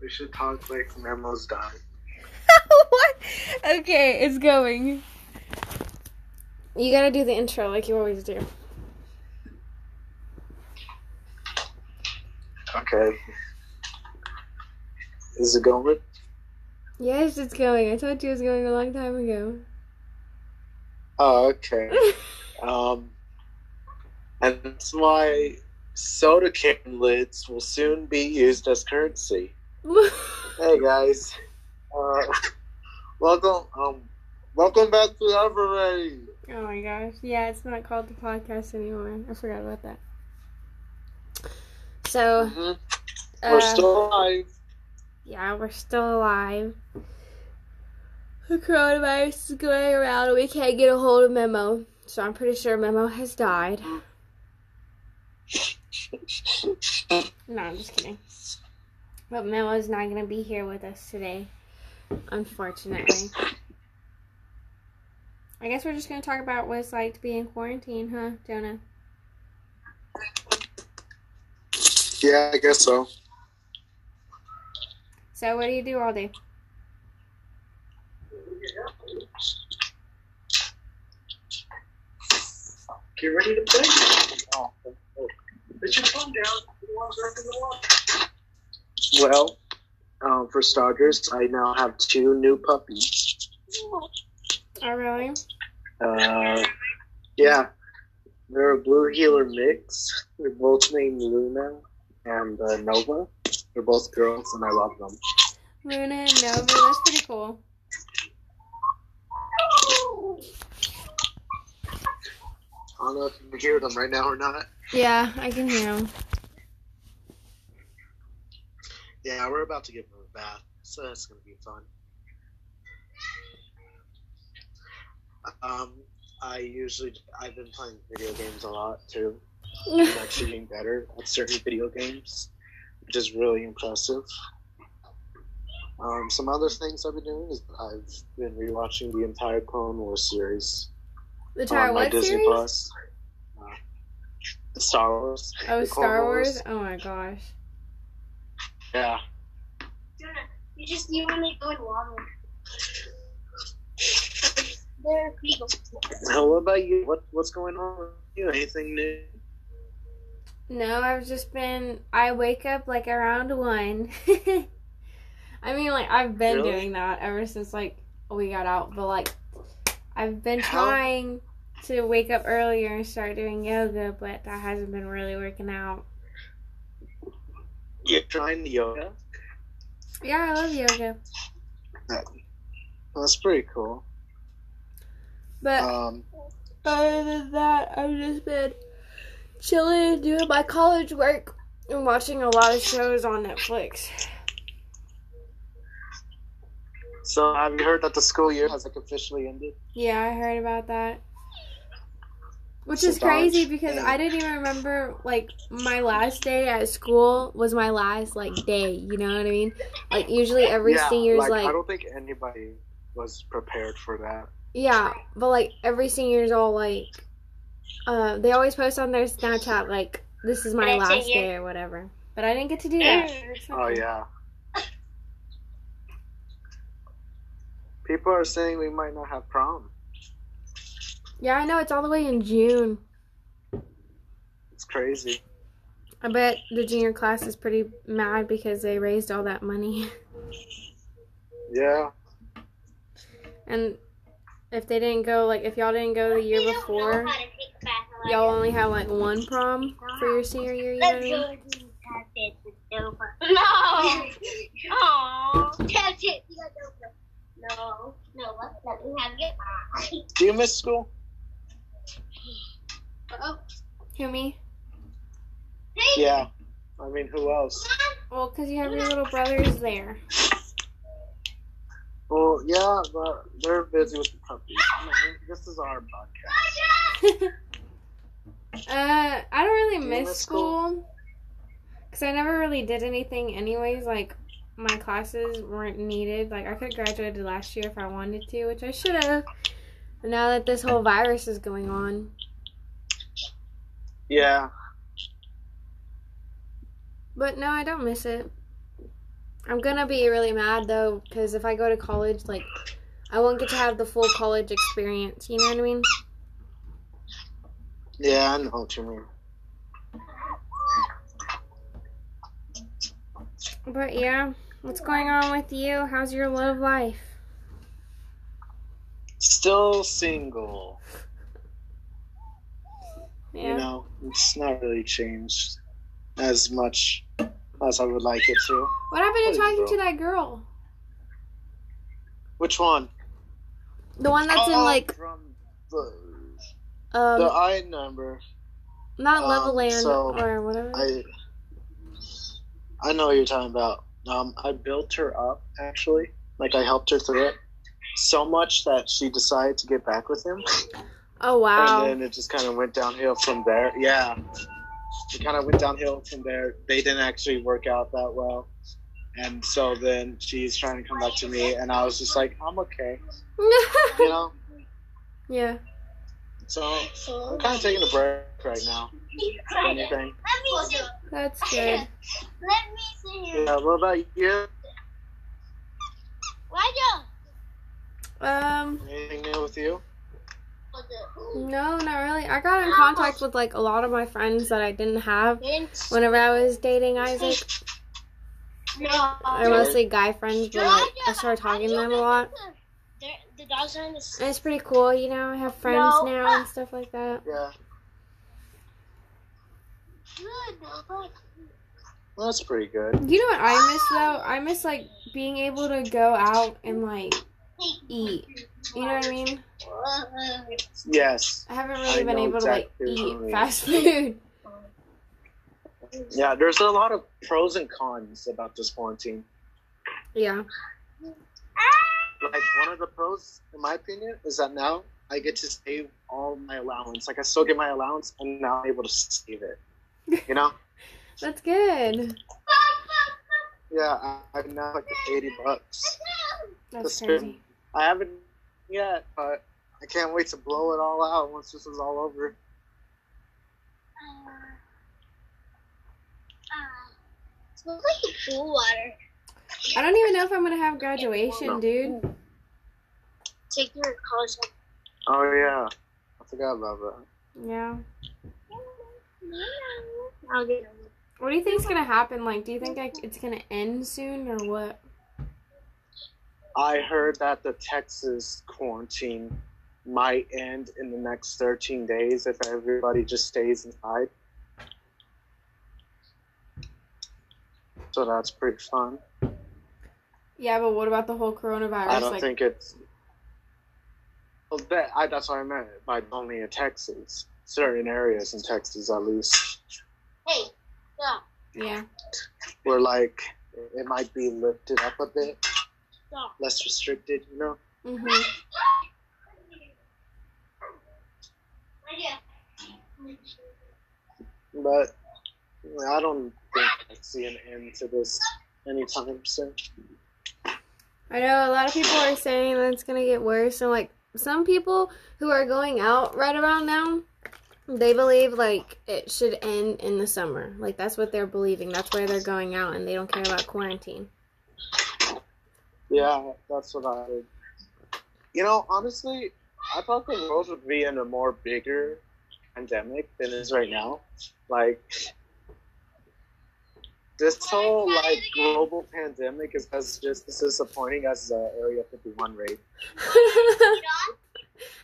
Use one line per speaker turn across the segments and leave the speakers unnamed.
We should talk like Memo's done.
what? Okay, it's going.
You gotta do the intro like you always do.
Okay. Is it going?
Yes, it's going. I told you it was going a long time ago.
Oh, okay. um, and that's why soda can lids will soon be used as currency.
Oh
Hey guys, uh, welcome, um, welcome back to Every.
Oh my gosh. Yeah, it's not called the podcast anymore. I forgot about that. So,
Mhm.
uh,
We're still alive.
yeah, we're still alive. The coronavirus is going around and we can't get a hold of Memo. So I'm pretty sure Memo has died. No, I'm just kidding. But Memo's not gonna be here with us today, unfortunately. I guess we're just gonna talk about what it's like to be in quarantine, huh, Jonah?
yeah, I guess so.
So, what do you do all day?
Get ready to play. Oh, Put your phone down. Well, um, for starters, I now have two new puppies.
Oh, really?
Uh, yeah, they're a blue heeler mix. They're both named Luna and uh, Nova. They're both girls, and I love them.
Luna and Nova, that's pretty cool.
I don't know if you can hear them right now or not.
Yeah, I can hear him.
Yeah, we're about to give them a bath, so that's gonna be fun. Um, I usually I've been playing video games a lot too. I'm actually getting better at certain video games, which is really impressive. Um, some other things I've been doing is I've been rewatching the entire Clone Wars series
the Tower
on my
what
Disney
series?
Plus. Uh, Star Wars.
Oh,
the Clone
Star Wars? Oh my gosh.
Yeah.
Jonah, you just you only go in water. They're people.
Now, what about you? What what's going on with you? Anything new?
No, I've just been. I wake up like around one. I mean, like I've been
Really?
doing that ever since like we got out, but like I've been
How-
trying to wake up earlier and start doing yoga, but that hasn't been really working out.
You're trying the yoga.
Yeah, I love yoga,
That's pretty cool.
but
Um,
other than that, I've just been chilling, doing my college work, and watching a lot of shows on Netflix.
so have you heard that the school year has like officially ended?
Yeah, I heard about that. Which
So
is crazy
Dodge
because
and-
I didn't even remember like my last day at school was my last like day, you know what I mean? Like usually every senior's like,
I don't think anybody was prepared for that.
yeah, but like every senior's all like uh they always post on their Snapchat like this is my
Can I Mm. say
last
here?
day or whatever. But I didn't get to do that. It's
Oh
okay.
yeah. People are saying we might not have prom.
Yeah, I know it's all the way in June.
It's crazy.
I bet the junior class is pretty mad because they raised all that money.
Yeah.
And if they didn't go, like, if y'all didn't go the year before, y'all only have like one prom for your senior year. You know what I
Let's
mean?
go do that bit with Nova. No. Aww. That's it. You got Nova. No. No. Let me have it.
Do you miss school?
Oh.
Who me?
Hey.
Yeah. I mean, who else?
Well, because you have your little brothers there.
Well, yeah, but they're busy with the puppies. I mean, This is our podcast.
uh, I don't really
You
miss
miss
school because I never really did anything, anyways. Like my classes weren't needed. Like I could have graduated last year if I wanted to, which I should have. Now that this whole virus is going on,
Yeah.
but no, I don't miss it. I'm gonna be really mad though, because if I go to college, like, I won't get to have the full college experience. You know what I mean?
Yeah, I know what you mean.
But yeah, what's going on with you? How's your love life?
Still single.
Yeah.
You know, it's not really changed as much as I would like it to.
What happened to
Hey,
talking
bro.
to that girl?
Which one?
The one that's in
Oh,
like
from the,
um
the I number.
not
um,
Leveland
so,
or whatever.
I I know what you're talking about. Um, I built her up actually, like I helped her through it so much that she decided to get back with him,
oh wow.
and then it just kind of went downhill from there. Yeah, it kind of went downhill from there. They didn't actually work out that well, and so then she's trying to come back to me, and I was just like, I'm okay, you know.
yeah.
So I'm kind of taking a break right now. if
Let me
Anything?
see.
That's good.
Let me see here.
Yeah. What about you?
Why
Um
Anything new with you?
don't?
no, not really. I got in contact with like a lot of my friends that I didn't have
It's-
whenever I was dating Isaac.
No.
They're mostly guy friends, but like, I started talking to them a lot.
They're- The dogs are in the s-
And it's pretty cool, you know, I have friends
No.
now and stuff like that.
Yeah.
Good, no, but-
Well, that's pretty good.
You know what I miss though? I miss like being able to go out and like eat. You know what I mean?
Yes.
I haven't really
I
been
know
able to
exactly
like
what
eat
you mean.
fast food.
Yeah, there's a lot of pros and cons about this quarantine.
Yeah.
Like one of the pros, in my opinion, is that now I get to save all my allowance. Like I still get my allowance, and now I'm able to save it. You know?
That's good.
Yeah, I, I've now like eighty bucks.
That's
That's good.
crazy.
I haven't yet, but I can't wait to blow it all out once this is all over.
Smells like pool water.
I don't even know if I'm gonna have graduation, dude.
Take your college.
Oh yeah, I forgot about that.
Yeah.
I'll get it.
What do you think's gonna happen? Like, do you think like, it's gonna end soon or what?
I heard that the Texas quarantine might end in the next 13 days if everybody just stays inside. So that's pretty fun.
Yeah, but what about the whole coronavirus?
I don't
like,
think it's. Well, that, I, that's what I meant by only in Texas, certain areas in Texas at least,
Hey, yeah,
yeah.
where like it might be lifted up a bit, less restricted, you know?
hmm
yeah.
But I don't think I see an end to this anytime soon.
I know a lot of people are saying that it's gonna get worse, and like some people who are going out right around now, they believe like it should end in the summer. Like that's what they're believing. That's why they're going out, and they don't care about quarantine.
Yeah, that's what I. You know, honestly, I thought the world would be in a more bigger pandemic than it is right now. Like, this whole like global pandemic is as just as disappointing as the Area 51 raid,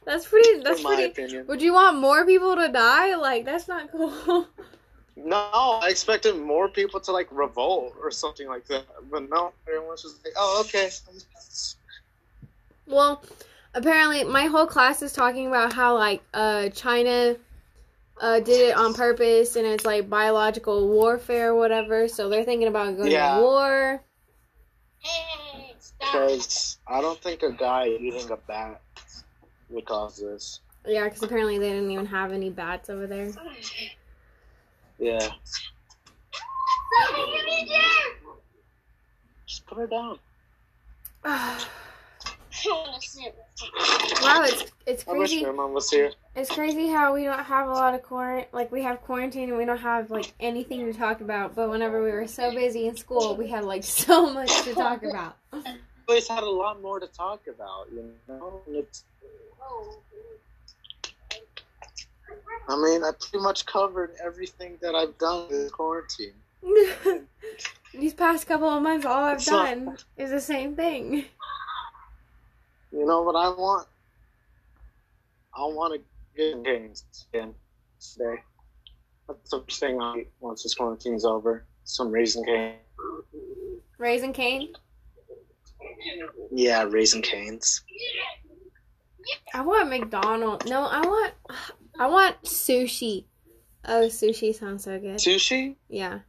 that's pretty. That's
in my
pretty.
opinion.
Would you want more people to die? Like that's not cool.
No, I expected more people to like revolt or something like that, but no, everyone's just like, oh, okay.
Well, apparently my whole class is talking about how like uh China uh did it on purpose and it's like biological warfare or whatever, so they're thinking about going
Yeah.
to war.
Hey, stop.
Because I don't think a guy eating a bat would cause this.
Yeah, because apparently they didn't even have any bats over there.
Yeah.
Somebody give me a chair.
Just put her down.
want to sit.
Wow, it's it's
I wish
crazy.
my mom was here.
It's crazy how we don't have a lot of quarantine. Like we have quarantine and we don't have like anything to talk about. But whenever we were so busy in school, we had like so much to talk about.
Always had a lot more to talk about, you know. And it's, I mean, I pretty much covered everything that I've done in quarantine.
These past couple of months, all I've
It's not-
done is the same thing.
You know what I want? I want to get games again today. That's the first thing I eat once this quarantine's over. Some raisin cane.
Raisin cane.
Yeah, raisin canes.
I want McDonald's. No, I want I want sushi. Oh, sushi sounds so good.
Sushi?
Yeah,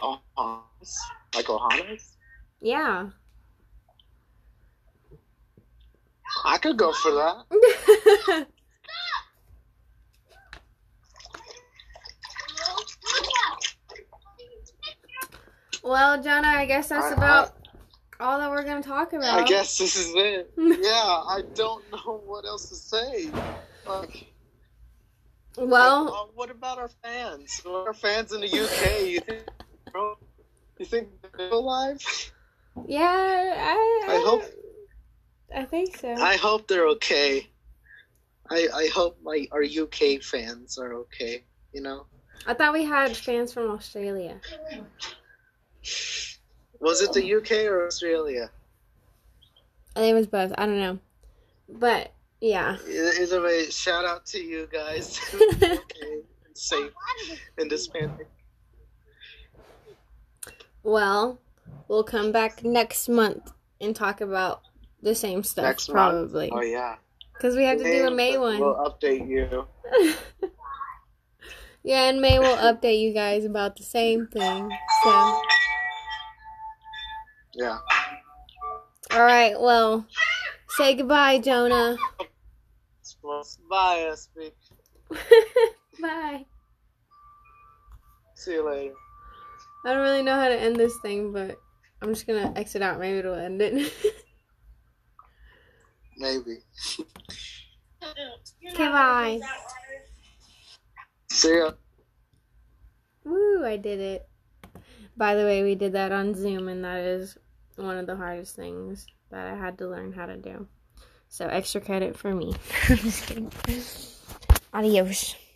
Ohana's? Like Ohana's?
yeah.
I could go for that.
well, Jonah, I guess that's
I-
about all that we're gonna talk about.
I guess this is it. yeah, I don't know what else to say. Like,
Well,
uh, what about our fans? What are our fans in the UK? You think, you think they're alive?
yeah. I,
I hope
I think so.
I hope they're okay. I I hope my our UK fans are okay. You know,
I thought we had fans from Australia.
was
Um,
it the UK or Australia?
I think it was both. I don't know, but yeah.
E- Either way, shout out to you guys. okay, and safe in this pandemic.
Well, we'll come back next month and talk about the same stuff
Next month.
probably
Oh yeah,
because we have to do a
And
May one.
We'll update you.
yeah, in May we'll update you guys about the same thing. So, all
Yeah.
right. Well, say goodbye, Jonah.
Bye, Espy.
Bye.
See you later.
I don't really know how to end this thing, but I'm just gonna exit out. Maybe it'll end it.
Maybe.
Okay,
Goodbye.
See ya.
Woo! I did it. By the way, we did that on Zoom, and that is one of the hardest things that I had to learn how to do. So extra credit for me. I'm just kidding. Adios.